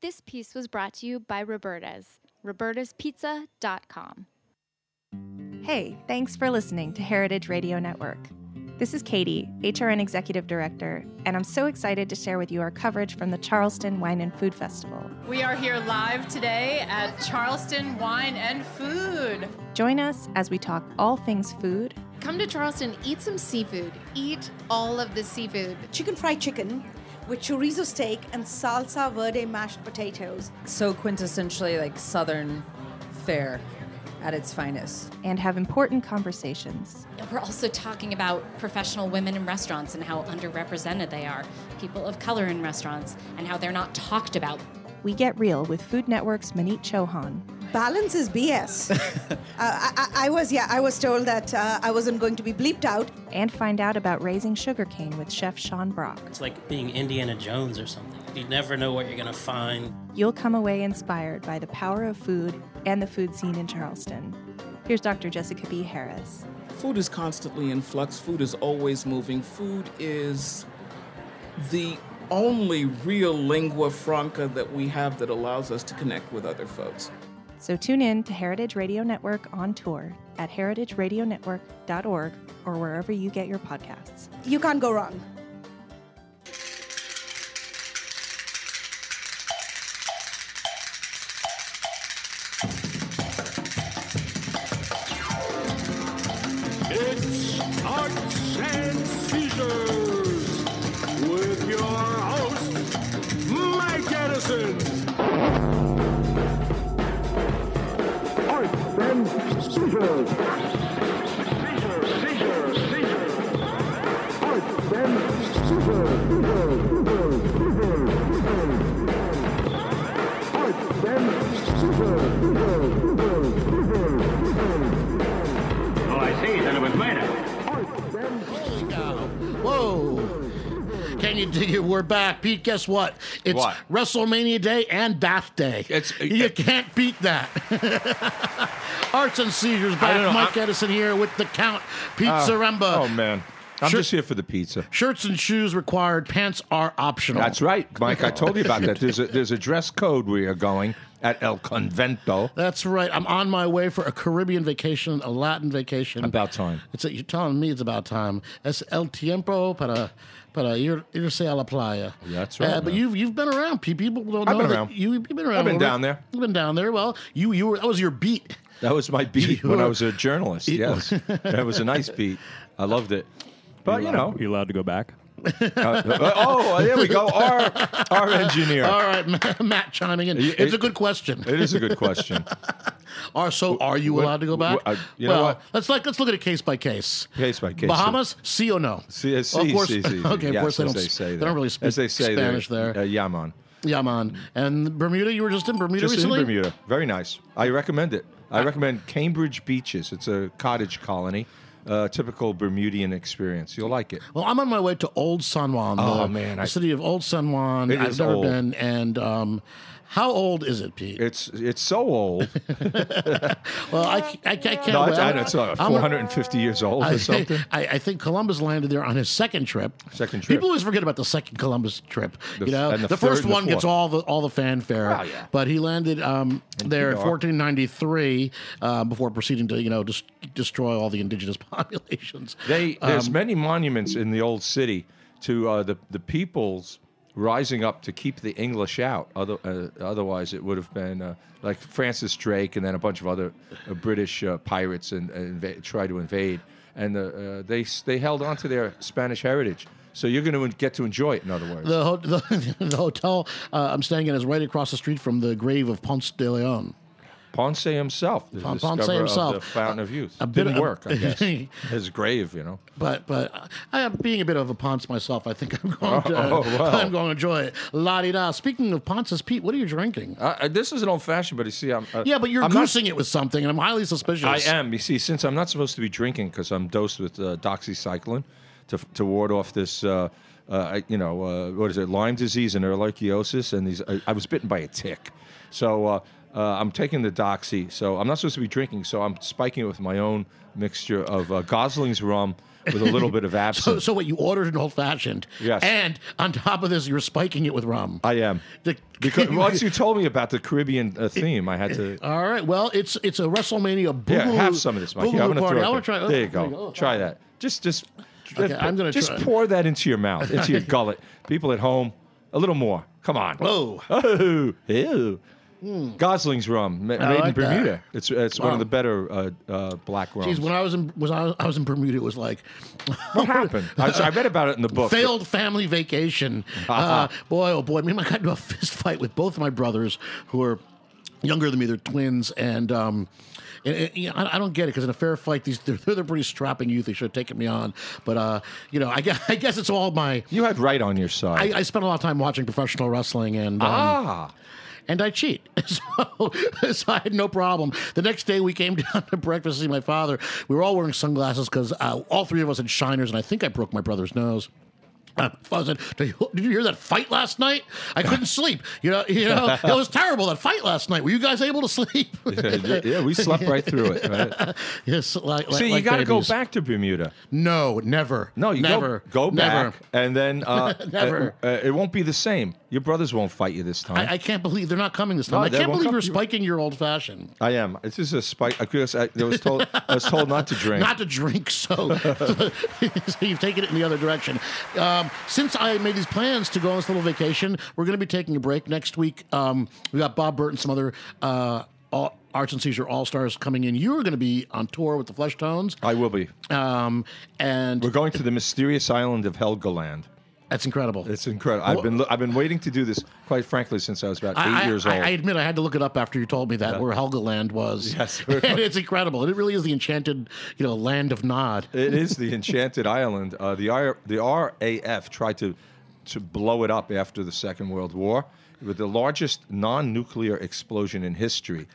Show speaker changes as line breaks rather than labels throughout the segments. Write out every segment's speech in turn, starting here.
This piece was brought to you by Roberta's, robertaspizza.com.
Hey, thanks for listening to Heritage Radio Network. This is Katie, HRN Executive Director, and I'm so excited to share with you our coverage from the Charleston Wine and Food Festival.
We are here live today at Charleston Wine and Food.
Join us as we talk all things food,
Come to Charleston, eat some seafood. Eat all of the seafood.
chicken fried chicken with chorizo steak and salsa verde mashed potatoes.
so quintessentially like southern fare at its finest.
and have important conversations.
We're also talking about professional women in restaurants and how underrepresented they are, people of color in restaurants, and how they're not talked about.
We get real with Food Network's Manit Chauhan.
Balance is BS. uh, I, I, I was, yeah, I was told that uh, I wasn't going to be bleeped out.
and find out about raising sugarcane with Chef Sean Brock.
It's like being Indiana Jones or something. You never know what you're going to find.
You'll come away inspired by the power of food and the food scene in Charleston. Here's Dr. Jessica B. Harris.
Food is constantly in flux, food is always moving. Food is the only real lingua franca that we have that allows us to connect with other folks.
So tune in to Heritage Radio Network on tour at heritageradionetwork.org or wherever you get your podcasts.
You can't go wrong.
It's Arts and Seizures with your host, Mike Edison. Arts and Seizures. Seizures, seizures, seizures. Arts and Seizures. Seizures, seizures, seizures. Arts and Seizures. Seizures, seizures, seizures. Oh, I see. Then it was minor. Holy cow.
Whoa. Oh, Can you dig it? We're back. Pete, guess what? It's
What?
WrestleMania Day and Bath Day.
It's- uh,
you can't beat that. Arts and Seizures
I don't know.
back. Mike
I'm-
Edison here with the Count, Pete Zaremba.
Oh man, I'm
Sure.
just here for the pizza.
Shirts and shoes required, pants are optional.
That's right, Mike. I told you about that. There's a there's a dress code we are going at El Convento.
That's right. I'm on my way for a Caribbean vacation, a Latin vacation.
About time.
It's you're telling me it's about time. Es el tiempo para para ir, irse a la playa.
Yeah, that's right,
Uh, but
man.
you've you've been around. Pe- People don't
I've
know
been
that
around.
You, you've been around.
I've been
Well,
down there.
You've been down there. Well, you you were that was your beat.
That was my beat when I was a journalist. Yes, that was a nice beat. I loved it. But you know,
You allowed to go back?
uh, oh, there we go. Our our engineer.
All right, Ma- Matt chiming in.
You-
It's
it-
a good question.
It is a good question.
Are so are you
What-
allowed to go back?
what- uh, you know
well,
what?
let's like let's look at it case by case.
Case by case.
Bahamas, see or no?
See, uh, see,
of course.
see, see, see.
Okay, of
Yes,
course they
as
don't.
They,
s-
say
they
there.
don't really speak
as they say
Spanish there.
Uh, Yaman.
Yaman and Bermuda. You were just in Bermuda
Just
recently.
in Bermuda. Very nice. I recommend it. I recommend Cambridge Beaches. It's a cottage colony. Uh, typical Bermudian experience. You'll like it.
Well, I'm on my way to Old San Juan.
Oh,
the,
man,
the
I-
city of Old San Juan.
It
I've
is
never
old.
been. And um, how old is it, Pete?
It's it's so old.
well, I, c- I, c- I can't.
no,
well,
it's, I know, it's uh,
I'm a-
450 years old
I,
or something.
I, I think Columbus landed there on his second trip.
Second trip.
People always forget about the second Columbus trip.
The
you know,
f- and
the,
the
first
third and the
one gets
fourth.
all the all the fanfare.
Well, yeah.
But he landed um, there in
PR.
1493 uh, before proceeding to you know just destroy all the indigenous populations.
They there's many monuments in the old city to uh, the the peoples rising up to keep the English out. Other, uh, otherwise, it would have been uh, like Francis Drake and then a bunch of other uh, British uh, pirates and, and inva- try to invade. And the, uh, they s- they held on to their Spanish heritage. So you're going to get to enjoy it. In other words,
The, ho- Oh, the, the hotel uh, I'm staying in is right across the street from the grave of Ponce de Leon.
Ponce himself, the
Pon- Ponce
discoverer
himself.
of the Fountain of Youth,
a bit
didn't
of-
work. I guess his grave, you know.
But but I am being a bit of a Ponce myself. I think I'm going to
Oh, wow.
I'm going to enjoy it. La di da. Speaking of Ponces, Pete, what are you drinking?
Uh, uh, this is an old fashioned, but you see, I'm uh,
Yeah, but you're
I'm not-
goosing it with something, and I'm highly suspicious.
I am. You see, since I'm not supposed to be drinking because I'm dosed with uh, doxycycline to, to ward off this uh,
uh, I- you know, uh, what is it, Lyme disease and ehrlichiosis, and these. I, I was bitten by a tick, so uh, uh, I'm taking the doxy. So I'm not supposed to be drinking. So I'm spiking it with my own mixture of uh, Gosling's rum with a little bit of absinthe.
So, so what you ordered an old fashioned.
Yes.
And on top of this, you're spiking it with rum.
I am. because once you told me about the Caribbean uh, theme, I had to.
All right. Well, it's it's a WrestleMania boo
yeah, have some of this, Mikey. I'm gonna
party.
throw it
I want to
there.
try. oh,
There you go. Try that. Just, just.
Okay, I'm gonna
just
try.
pour that into your mouth, into your gullet. People at home, a little more. Come on.
Whoa.
Oh. Ew.
Mm.
Gosling's rum, ma-
I
made in
like that.
Bermuda. It's it's one
Wow.
of the better uh, uh, black rums.
Jeez, when I was in was I, I was in Bermuda, it was like
what happened? I, I read about it in the book.
failed family vacation.
Uh-huh.
Uh, boy, oh boy, me and my got into a fist fight with both of my brothers who are younger than me. They're twins, and um, and, and, you know, I, I don't get it because in a fair fight, these they're, they're pretty strapping youth. They should have taken me on, but uh, you know, I guess, I guess it's all my.
You had right on your side.
I, I spent a lot of time watching professional wrestling and um,
Ah.
And I cheat, so, so I had no problem. The next day, we came down to breakfast to see my father. We were all wearing sunglasses because uh, all three of us had shiners, and I think I broke my brother's nose. Uh, I said, did you, did you hear that fight last night? I couldn't sleep. You know, you know, it was terrible that fight last night. Were you guys able to sleep?
yeah, we slept right through it. Right?
yes, like, like
See, you
like
got to go
babies.
back to Bermuda.
No, never.
No, you go-
never
go,
never.
back, and then uh,
Never.
uh, uh, it won't be the same. Your brothers won't fight you this time.
I, I can't believe they're not coming this time.
No,
I
they
can't
won't
believe
come.
you're spiking your old fashioned.
I am. It's just a spike. I, guess I, I was told. I was told not to drink.
Not to drink, so, so you've taken it in the other direction. Um, since I made these plans to go on this little vacation, we're going to be taking a break next week. Um, we got Bob Burton, some other uh, all, arts and seizure all stars coming in. You're going to be on tour with the Flesh Tones,
I will be.
um, and
We're going to the mysterious island of Helgoland.
that's incredible.
It's incredible. I've been lo- I've been waiting to do this quite frankly since I was about eight
I, I-
years
I-
old.
I admit I had to look it up after you told me that where Helgoland was.
Yes.
and it's incredible. And it really is the enchanted, you know, land of Nod.
it is the Enchanted Island. Uh, the R- the RAF tried to to blow it up after the Second World War with the largest non-nuclear explosion in history.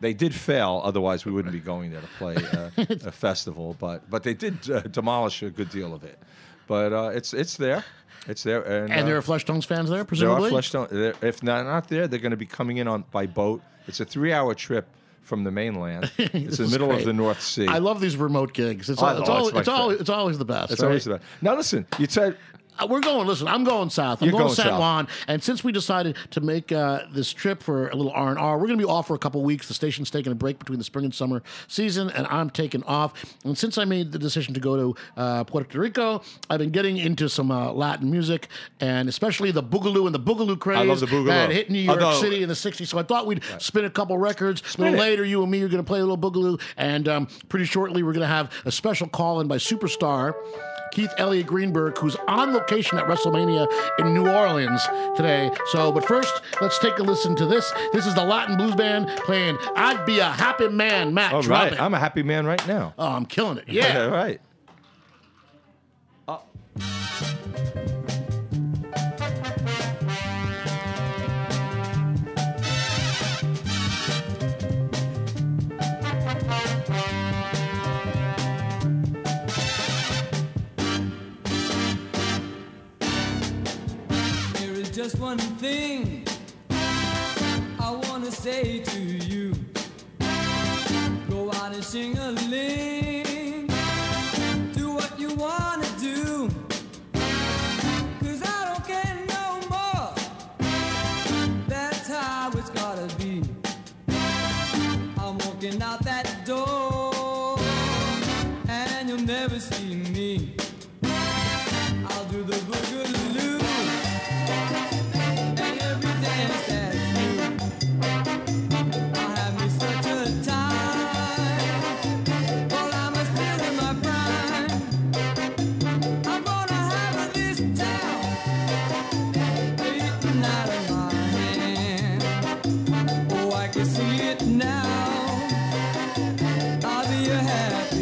They did fail; otherwise, we wouldn't be going there to play uh, a festival. But but they did uh, demolish a good deal of it. But uh, it's it's there, it's there, and,
And
uh,
there are Flesh Tones fans there,
There are
presumably.
Fleshstone. there- If they're not there, they're going to be coming in on by boat. It's a three-hour trip from the mainland. It's
This
the
is
middle of
great.
the North Sea.
I love these remote gigs. It's,
Oh,
al- it's,
oh,
always,
it's my
it's, always,
favorite.
it's always the best.
It's
right?
always the best. Now listen, you said
Uh, We're going. Listen, I'm going south. I'm
You're
going,
going
to San
south.
Juan, and since we decided to make uh, this trip for a little R and R, we're going to be off for a couple weeks. The station's taking a break between the spring and summer season, and I'm taking off. And since I made the decision to go to uh, Puerto Rico, I've been getting into some uh, Latin music, and especially the boogaloo and the boogaloo craze
love the boogaloo.
that hit New York
Although-
City in the '60s. So I thought we'd spin a couple records.
Spin
a little
it.
later, you and me are going to play a little boogaloo, and um, pretty shortly we're going to have a special call in by superstar Keith Elliott Greenberg, who's on location at WrestleMania in New Orleans today. So, but first, let's take a listen to this. This is the Latin Blues Band playing "I'd Be a Happy Man." Matt,
All
drop
right,
it.
I'm a happy man right now.
oh, I'm killing it. Yeah.
All right.
There is just one thing I want to say to you. Go out and sing a ling. Do what you want to do. Cause I don't care no more. That's how it's gotta be. I'm walking out that door. And you'll never see me. I'll do the boogaloo. Well, I'm Oh,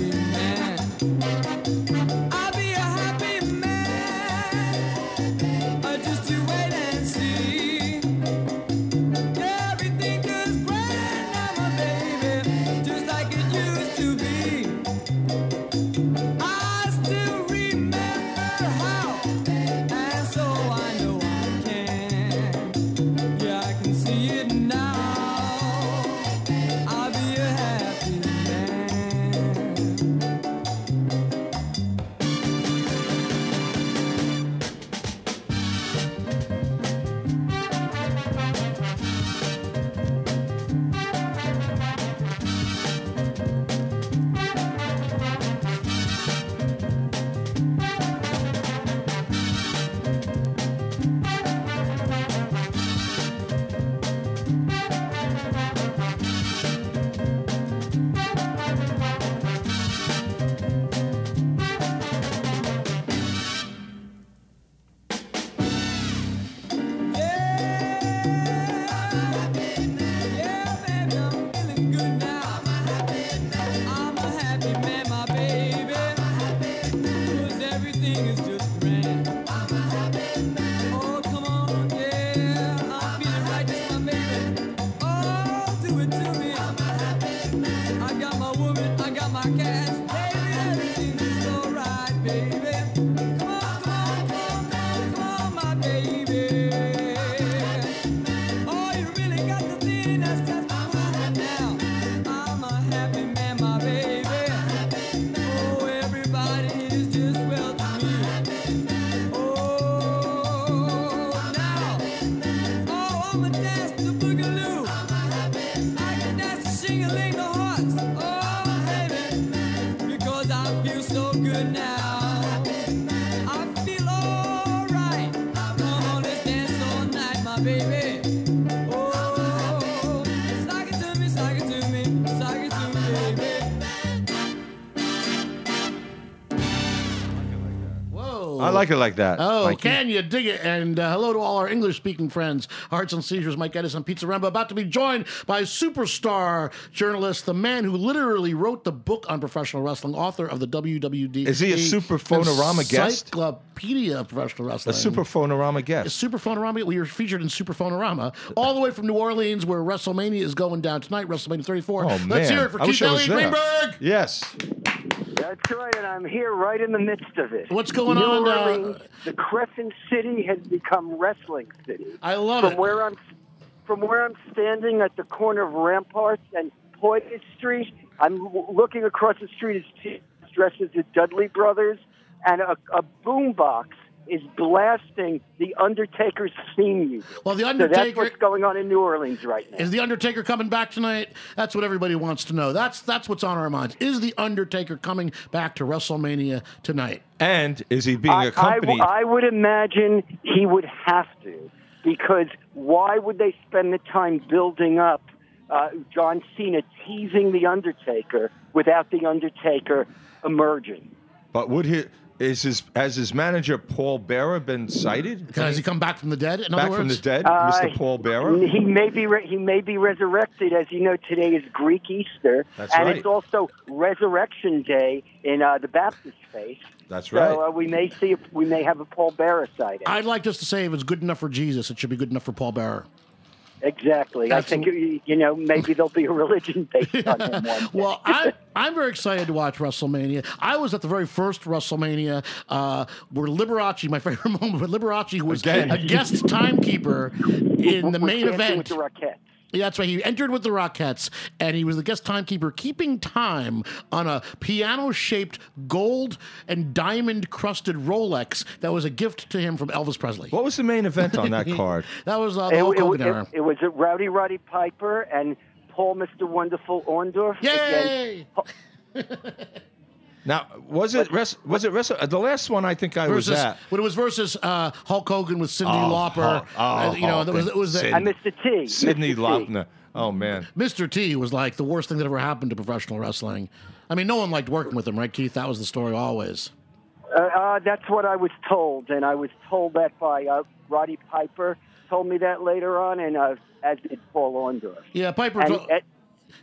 Oh, Oh, Oh,
Oh, my baby. Oh, suck it to me, suck it to me, suck it to me, baby.
Whoa.
I like it like that.
Oh,
Mikey.
can you dig it? And uh, hello to all our English speaking friends. Hearts and Seizures, Mike Edison, Pizza Rambo, about to be joined by superstar journalist, the man who literally wrote the book on professional wrestling, author of the WWD.
Is he a super phonorama guest?
Encyclopedia of uh, professional
A
wrestling.
super phonorama guest.
Super Phonorama. We are featured in Super Phonorama, all the way from New Orleans, where WrestleMania is going down tonight. WrestleMania 34.
Oh
Let's
man!
hear it for
I
Keith
wish I was
Elliott
there.
Greenberg.
Yes.
That's right, and I'm here right in the midst of it.
What's going
New
on, uh,
Orleans, the Crescent City has become wrestling city.
I love
from
it.
Where I'm, from where I'm standing at the corner of Ramparts and Poyet Street, I'm w- looking across the street is t- dressed as the Dudley Brothers, and a, a boombox is blasting the Undertaker's theme music.
Well, the
So that's
Undertaker-
what's going on in New Orleans right now.
Is the Undertaker coming back tonight? That's what everybody wants to know. That's that's what's on our minds. Is the Undertaker coming back to WrestleMania tonight?
And is he being
I- I w-
accompanied?
I, would imagine he would have to, because why would they spend the time building up uh, John Cena teasing The Undertaker without The Undertaker emerging?
but would he? Is his has his manager Paul Bearer been cited?
Has he come back from the dead? In
back
other words,
from the dead,
Uh,
Mr. Paul Bearer?
He may be re- he may be resurrected, as you know. Today is Greek Easter,
That's
and
right.
it's also Resurrection Day in uh, the Baptist faith.
That's
so,
right.
uh, we may see if we may have a Paul Bearer sighting.
I'd like just to say if it's good enough for Jesus, it should be good enough for Paul Bearer.
Exactly. I think you you know maybe there'll be a religion based on him one
Well, I'm, I'm very excited to watch WrestleMania. I was at the very first WrestleMania uh, where Liberace, my favorite moment, where Liberace was
Again.
a guest timekeeper in the
We're
main
dancing
event.
With the Rockettes.
Yeah, that's right. He entered with the Rockettes, and he was the guest timekeeper, keeping time on a piano-shaped gold and diamond-crusted Rolex that was a gift to him from Elvis Presley.
What was the main event on that card?
that was uh, the Hulk Hogan
it,
era.
it was a Rowdy Roddy Piper and Paul Mr. Wonderful Orndorff.
Yay!
Now, was it res- was it res- uh, the last one? I think I
versus
was at.
when it was versus uh, Hulk Hogan with Cindy
Oh,
Lauper.
Hulk. Oh,
uh, you know,
Hulk
it was, it was the-
and Sid-
T.
Sidney Lautner. Oh man,
Mr. T was like the worst thing that ever happened to professional wrestling. I mean, no one liked working with him, right, Keith? That was the story always.
Uh, uh, that's what I was told, and I was told that by uh, Roddy Piper. Told me that later on, and uh, as did Paul Orndorff.
Yeah, Piper.
And,
told-
uh,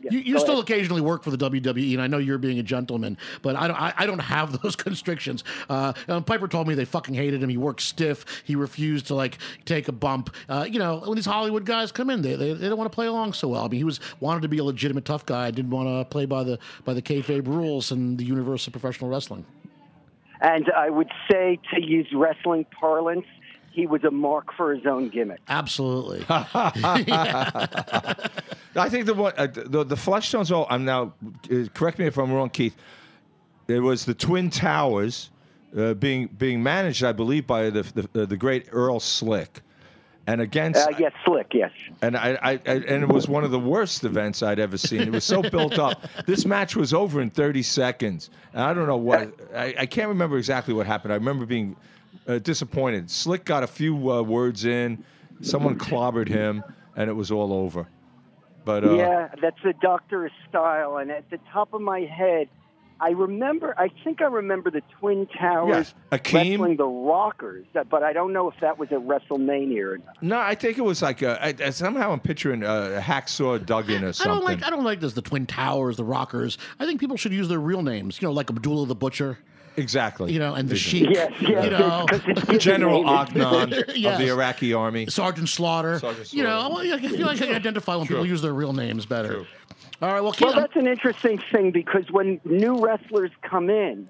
yeah,
you you
go
still
ahead.
occasionally work for the WWE, and I know you're being a gentleman, but I don't. I, I don't have those constrictions. Uh, and Piper told me they fucking hated him. He worked stiff. He refused to like take a bump. Uh, you know, when these Hollywood guys come in, they, they, they don't want to play along so well. I mean, he was wanted to be a legitimate tough guy. Didn't want to play by the by the kayfabe rules and the universe of professional wrestling.
and I would say, to use wrestling parlance, he was a mark for his own gimmick.
Absolutely.
I think the one uh, the the Fleshstones. Oh, I'm now. Uh, correct me if I'm wrong, Keith. It was the Twin Towers uh, being being managed, I believe, by the the, uh, the great Earl Slick, and against.
Uh, yes, slick. Yes.
And I, I, I and it was one of the worst events I'd ever seen. It was so built up. This match was over in 30 seconds. And I don't know what I, I can't remember exactly what happened. I remember being uh, disappointed. Slick got a few uh, words in. Someone clobbered him, and it was all over. But uh,
yeah, that's the doctor's style. And at the top of my head, I remember. I think I remember the Twin Towers
Yes, Akeem.
wrestling the Rockers, that- but I don't know if that was at WrestleMania or not.
no, I think it was like uh, I- I- somehow I'm picturing uh, hacksaw Duggan or
I
something.
don't like I don't like this. The Twin Towers, the Rockers. I think people should use their real names. You know, like Abdullah the Butcher.
exactly.
You know, and the
Vision.
Sheik. you know,
General Agnon of
Yes.
the Iraqi Army.
Sergeant Slaughter. You know, I want- I feel like I can identify when people use their real names better. All right, well, Keith,
Well, that's an interesting thing because when new wrestlers come in,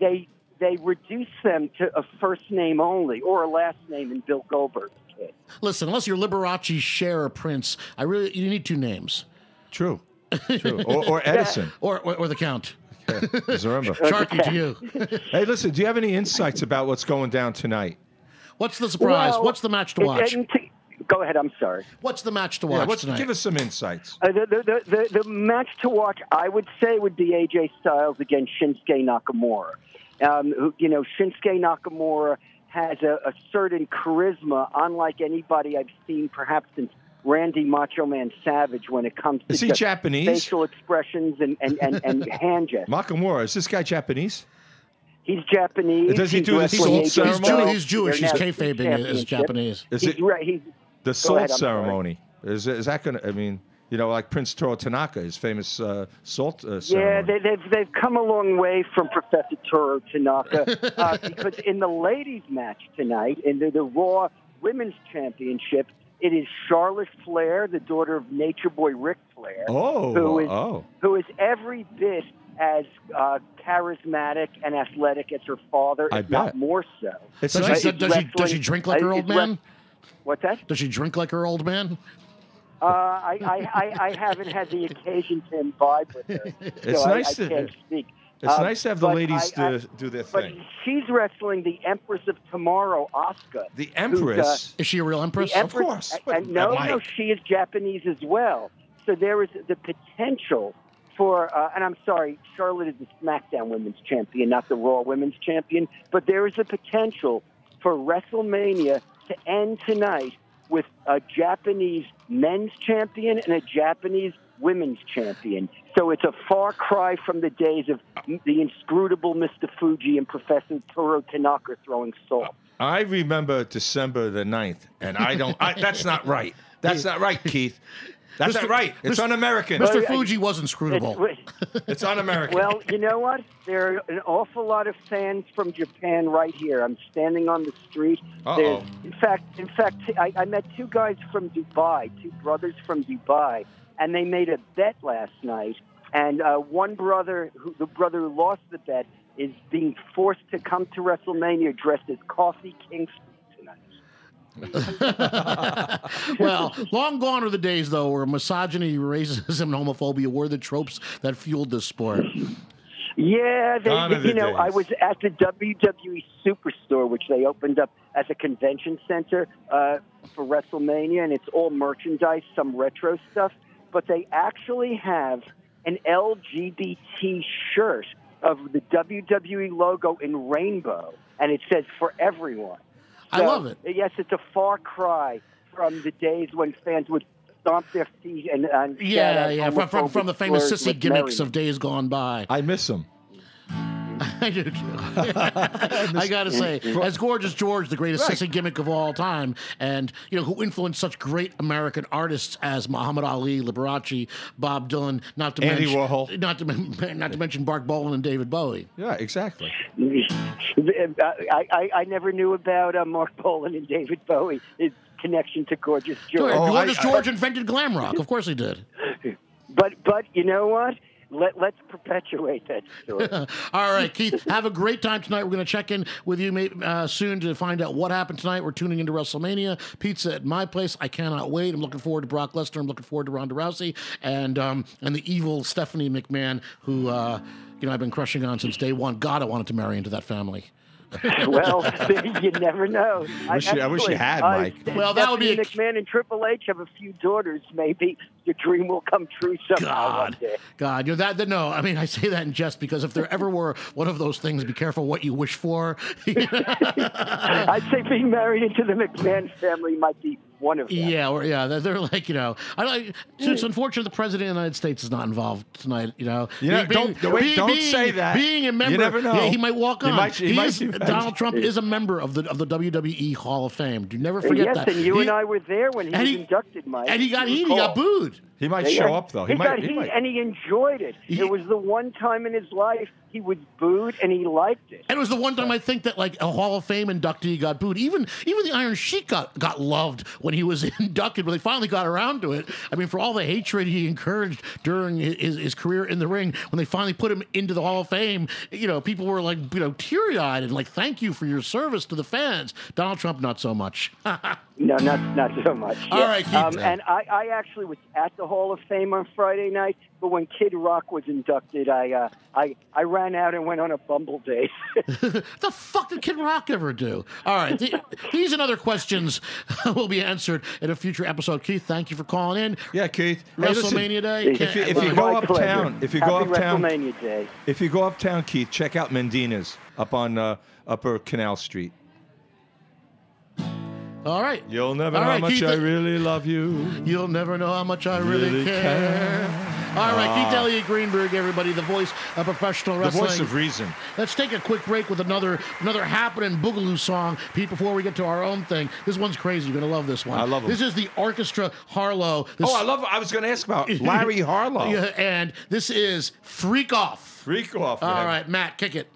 they they reduce them to a first name only or a last name in Bill Goldberg's case.
listen, unless you're Liberace, Cher, or Prince, I really you need two names.
True. True. Or, or Edison.
or, or or the Count.
Zaremba.
Sharky to you.
hey, listen, do you have any insights about what's going down tonight?
What's the surprise?
Well,
What's the match to
it-
watch?
and t- Go ahead. I'm sorry.
What's the match to
Yeah,
watch
what's-
tonight?
give us some insights.
Uh, the, the, the, the, the match to watch, I would say, would be AJ Styles against Shinsuke Nakamura. Um, who, you know, Shinsuke Nakamura has a, a certain charisma, unlike anybody I've seen, perhaps since Randy Macho Man Savage, when it comes to
Is he
just
Japanese?
facial expressions and, and, and, and hand gestures.
Makamura, is this guy Japanese?
He's Japanese.
Does he
He's
do the
wrestling
salt
agent,
ceremony?
so
He's Jewish.
they're
He's
now
kayfabing
two
it as
championships.
Japanese. Is
He's
it-
right, he's-
The
Go
salt
ahead, I'm sorry.
ceremony. Is, is that going to, I mean, you know, like Prince Toro Tanaka, his famous uh, salt uh,
Yeah,
ceremony.
they, they've they've come a long way from Professor Toro Tanaka uh, because in the ladies' match tonight, in the, the Raw Women's Championship, it is Charlotte Flair, the daughter of Nature Boy Ric Flair,
Oh,
who is
oh.
who is every bit as uh, charismatic and athletic as her father,
I
if not
bet.
more so.
It's
Uh,
nice. Does, does
is
she, does she
wrestling-
drink like her
uh,
old
is
man?
What's that?
Does she drink like her old man?
Uh, I, I, I, I haven't had the occasion to imbibe with her.
It's
so I-
nice to-
I, can't speak.
It's
Um,
nice to have the
but
ladies
I- I-
to do their
but
thing.
she's wrestling the Empress of Tomorrow, Asuka.
The
who's,
Empress.
Is she a real
uh,
empress?
the Empress- And, and no, no, she is Japanese as well. So there is the potential for, uh, and I'm sorry, Charlotte is the SmackDown Women's Champion, not the Raw Women's Champion, but there is the potential for WrestleMania to end tonight with a Japanese men's champion and a Japanese women's champion. So it's a far cry from the days of the inscrutable Mr. Fuji and Professor Toro Tanaka throwing salt.
I remember December the 9th, and I don't, I, that's not right. That's not right, Keith. That's
Mr.
not right. It's
Mr.
un-American.
Mr. Fuji was inscrutable.
It's un-American.
Well, you know what? There are an awful lot of fans from Japan right here. I'm standing on the street.
Uh-oh.
There's- In fact, in fact, I, I met two guys from Dubai, two brothers from Dubai, and they made a bet last night. And uh, one brother, who, the brother who lost the bet, is being forced to come to WrestleMania dressed as Coffee Kingston tonight.
well, long gone are the days, though, where misogyny, racism, and homophobia were the tropes that fueled this sport.
Yeah, they,
Gone are the
you know,
days.
I was at the WWE Superstore, which they opened up as a convention center uh, for WrestleMania, and it's all merchandise, some retro stuff. But they actually have an LGBT shirt of the WWE logo in rainbow, and it says "For Everyone."
I love it.
Yes, it's a far cry from the days when fans would stomp their feet and, and shout
Yeah,
out
yeah, from, from,
homophobic
from the famous
slurs
sissy
with
gimmicks
merriment.
of days gone by.
I miss them.
I do too. I gotta say,
For-
as gorgeous George, the greatest
Right.
sissy gimmick of all time, and you know who influenced such great American artists as Muhammad Ali, Liberace, Bob Dylan, not to
Andy
mention
Warhol.
not to men- not to mention Bark Bolin and David Bowie.
Yeah, exactly.
I, I, I never knew about uh, Mark Bolan and David Bowie, his connection to Gorgeous George.
gorgeous George invented glam rock. Of course he did.
But, but you know what? Let, let's perpetuate that story.
All right, Keith, have a great time tonight. We're going to check in with you may- uh, soon to find out what happened tonight. We're tuning into WrestleMania. Pizza at my place. I cannot wait. I'm looking forward to Brock Lesnar. I'm looking forward to Ronda Rousey and um, and the evil Stephanie McMahon, who uh, you know I've been crushing on since day one. God, I wanted to marry into that family.
well, you never know.
Wish you- I wish you
actually,
had, Mike.
Stephanie
Well, that would be a-
McMahon and Triple H have a few daughters. Maybe your dream will come true somehow one
God,
day.
God, you know that, that. No, I mean I say that in jest because if there ever were one of those things, be careful what you wish for.
I'd say being married into the McMahon family might be one of them. Mm.
Yeah, or yeah, they're, they're like you know. I like. So it's unfortunate the president of the United States is not involved tonight. You know,
You know, don't- wait, don't say that.
Being a
You
member,
never know.
Yeah, he might walk
He
on.
might- he
He
might
is-
do that.
Donald Trump is a member of the E. of the WWE Hall of Fame. Do never
And
forget
yes,
that.
and you
He-
and I were there when he
and
was
he-
inducted, Mike.
and he got
If you
heat. He got
recall.
booed.
He might
Yeah.
show up, though. He, might.
got
he
heat
might.
and he enjoyed it. it was the one time in his life he was booed and he liked it.
And it was the one time I think that like a Hall of Fame inductee got booed. Even even the Iron Sheik got, got loved when he was inducted. When they finally got around to it, I mean, for all the hatred he encouraged during hi- his, his career in the ring, when they finally put him into the Hall of Fame, you know, people were like you know teary eyed and like thank you for your service to the fans. Donald Trump not so much.
No, not not so much.
All
Yeah.
right, Keith.
Um, and I, I actually was at the Hall of Fame on Friday night, but when Kid Rock was inducted, I uh, I I ran out and went on a bumble date.
the fuck did Kid Rock ever do? All right. th- these and other questions will be answered in a future episode. Keith, thank you for calling in.
Yeah, Keith. Hey, listen,
WrestleMania Day.
If you,
Can't-
if you go
My pleasure.
uptown, if you go
Happy
uptown,
WrestleMania Day.
if you go uptown, Keith, check out Mendina's up on uh, Upper Canal Street.
All right.
You'll never
All
know
right,
how much
Keith-
I really love you.
You'll never know how much I really,
Really
care.
care.
All right,
Ah.
Keith Elliott Greenberg, everybody, the voice of professional
The
wrestling.
voice of reason.
Let's take a quick break with another another happening boogaloo song, Pete. Before we get to our own thing, this one's crazy. You're gonna love this one.
I love 'em.
This is the Orchestra Harlow. This-
Oh, I love. I was going to ask about Uh, Larry Harlow.
Yeah, and this is Freak Off.
Freak Off.
All
man.
right, Matt, kick it.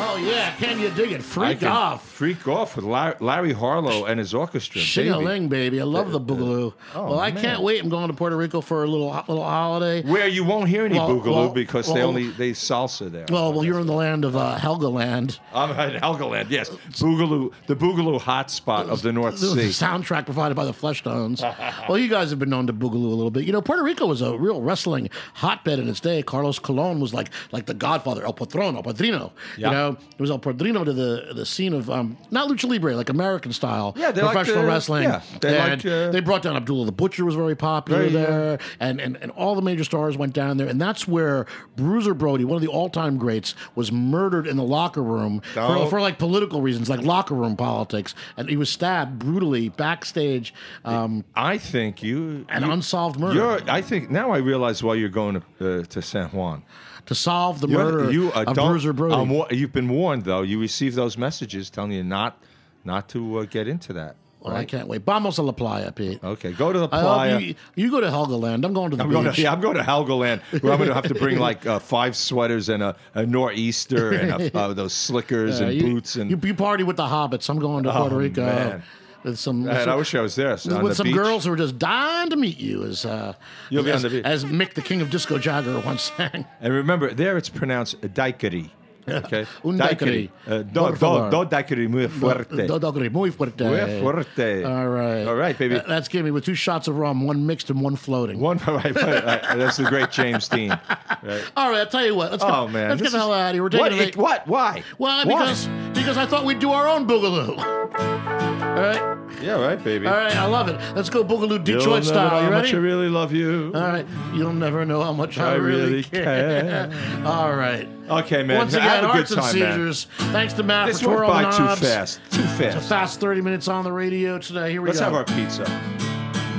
Oh yeah, can you dig it?
I
Freak
can
Off.
Freak off with Larry, Larry Harlow and his orchestra. baby.
Shing-a-ling, baby. I love the boogaloo.
oh,
well, I
man.
can't wait. I'm going to Puerto Rico for a little little holiday.
Where you won't hear any
Well,
boogaloo
well,
because they
well,
only they salsa there.
Well, well, you're in the land of uh, Helgoland.
I'm in Helgoland,
uh,
yes. Boogaloo, the Boogaloo hotspot of the North
The
Sea.
soundtrack provided by the Fleshtones. well, you guys have been known to boogaloo a little bit. You know, Puerto Rico was a real wrestling hotbed in its day. Carlos Colon was like like the godfather, El Patron, El Padrino.
Yeah.
You know, it was El Padrino to the the scene of um, not lucha libre, like American style
Yeah, they liked,
professional
uh,
wrestling.
yeah, they liked,
And
uh,
they brought down Abdullah the Butcher was very popular
Very, uh,
there, and, and and all the major stars went down there, and that's where Bruiser Brody, one of the all time greats, was murdered in the locker room for,
Don't.
for like political reasons, like locker room politics, and he was stabbed brutally backstage. Um,
I think you
an
you-
unsolved murder
You're, I think now I realize why you're going to, uh, to San Juan.
to solve the
You're-
murder
you, uh,
of
don't-
Bruiser Brody.
I'm wa- you've been warned though. You received those messages telling you not not to uh, get into that.
well, I
right?
can't wait. Vamos a la playa, Pete.
Okay, go to the
I hope
playa.
you, you go to Helgoland. I'm going to the
I'm
beach.
going to, yeah, I'm going to Helgoland where I'm going to have to bring like uh, five sweaters and a, a nor'easter and a, uh, those slickers
Yeah,
and
you-
boots and.
you, you party with the hobbits. I'm going to
Oh,
Puerto Rico
man.
with some. with
Man,
some-
I wish I was there. so on
with
the
some
beach.
girls who are just dying to meet you, as uh,
You'll be on
as,
the beach.
as Mick, the king of disco jagger, once sang.
And remember, there it's pronounced daiquiri. Okay?
Un daiquiri.
Uh,
Por
do, do,
favor.
do daiquiri muy fuerte.
Do- do- do- muy fuerte.
Muy fuerte.
All right.
All right, baby.
Th- That's giving me with two shots of rum, one mixed and one floating.
One, right, right, right. That's the great James Dean. Right.
All right, I'll tell you what. Let's
Oh,
get,
man,
let's
this
get the
is-
hell out of here. We're taking
what,
a
it-
break.
what? Why? Why?
Well, because because I thought we'd do our own boogaloo. All right.
Yeah, right, baby.
All right, I love it. Let's go boogaloo
You'll
Detroit
never know
style. You
how
ready? Uh,
much I really love you.
All right. You'll never know how much I,
I really
care. All right.
Okay, man.
Once again,
Have a good
arts and
time, man.
seizures. Thanks to Matt
This
for
went
twirling
by
knobs.
too fast. Too
It's a
fast.
fast 30 minutes on the radio today. Here we
Let's
go.
have our pizza.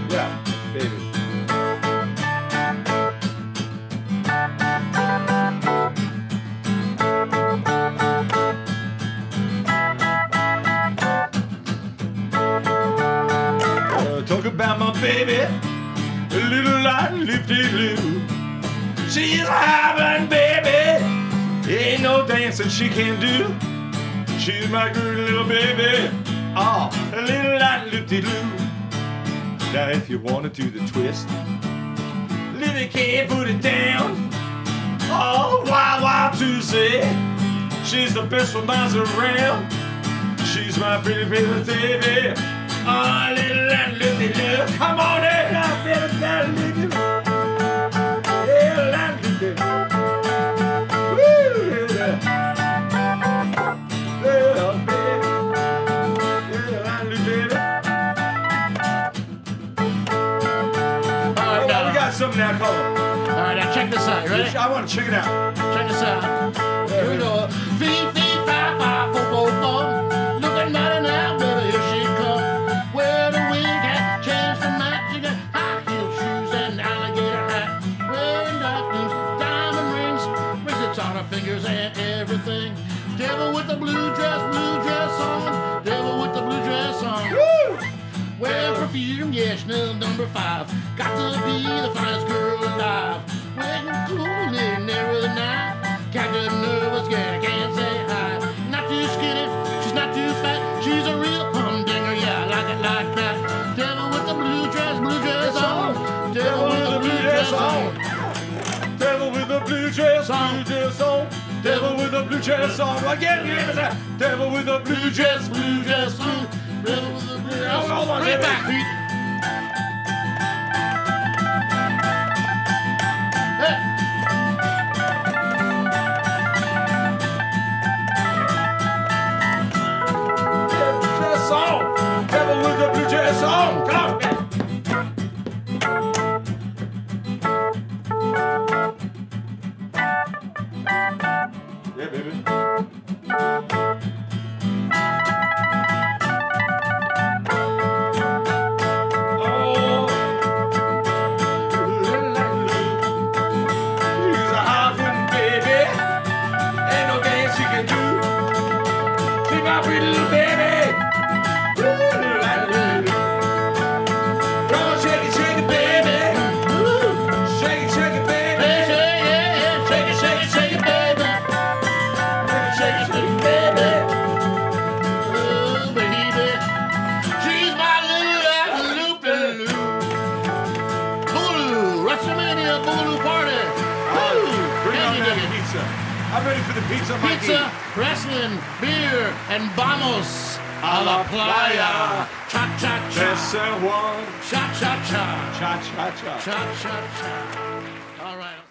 Yeah, baby. Uh, talk about my baby, little light lifty loo. She's having baby, ain't no dancing she can do. She's my good little baby. Oh, a little light loopy loo. Now if you wanna do the twist, Lily can't put it down. Oh, wild, wild Tuesday. She's the best for miles around. She's my pretty, pretty baby. Oh, a little light loopy loo. Come on in, I feel that loopy loo. Little light loopy loo. Woo, little light- little baby. Little light loopy loo. All right, we got something now called.
uh, All right, now check this out. You ready?
I want to check it out.
Check this out. Here we go. Fee, fee, fi, fi, fo, fo, fo. Looking mighty now, baby, here she come. Where the wig hat changed from that. She got high heel shoes and alligator hat. Wearing dark It's on our fingers and everything. Devil with the blue dress, blue dress on. Devil with the blue dress on. Well, perfume, yeah, Chanel number five. Got to be the finest girl alive. Wet and cool in the air of the night. Got good nervous, yeah, I can't say hi. Not too skinny, she's not too fat. She's a real humdinger, yeah, I like it like that. Devil with the blue dress, blue dress on. Devil with the blue dress on.
Devil with the blue dress on, blue dress on. Devil with the blue dress on. Again, yes. uh, Devil with the blue dress, blue dress, blue. Devil with the blue dress on. Hold on, Bring it back, Pete.
Dress on. Devil with the blue dress on. Come on.
Yeah, baby.
I'm ready for the pizza,
Mikey.
Pizza, wrestling, beer, and vamos a la playa. Cha cha cha. Cha cha cha. Cha cha cha. Cha cha cha. All right.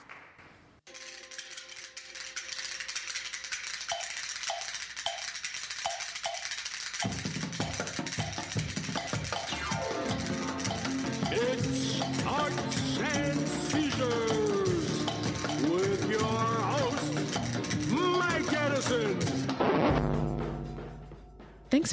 It's Arts and Seizures with your host, Mike Edison.
Thanks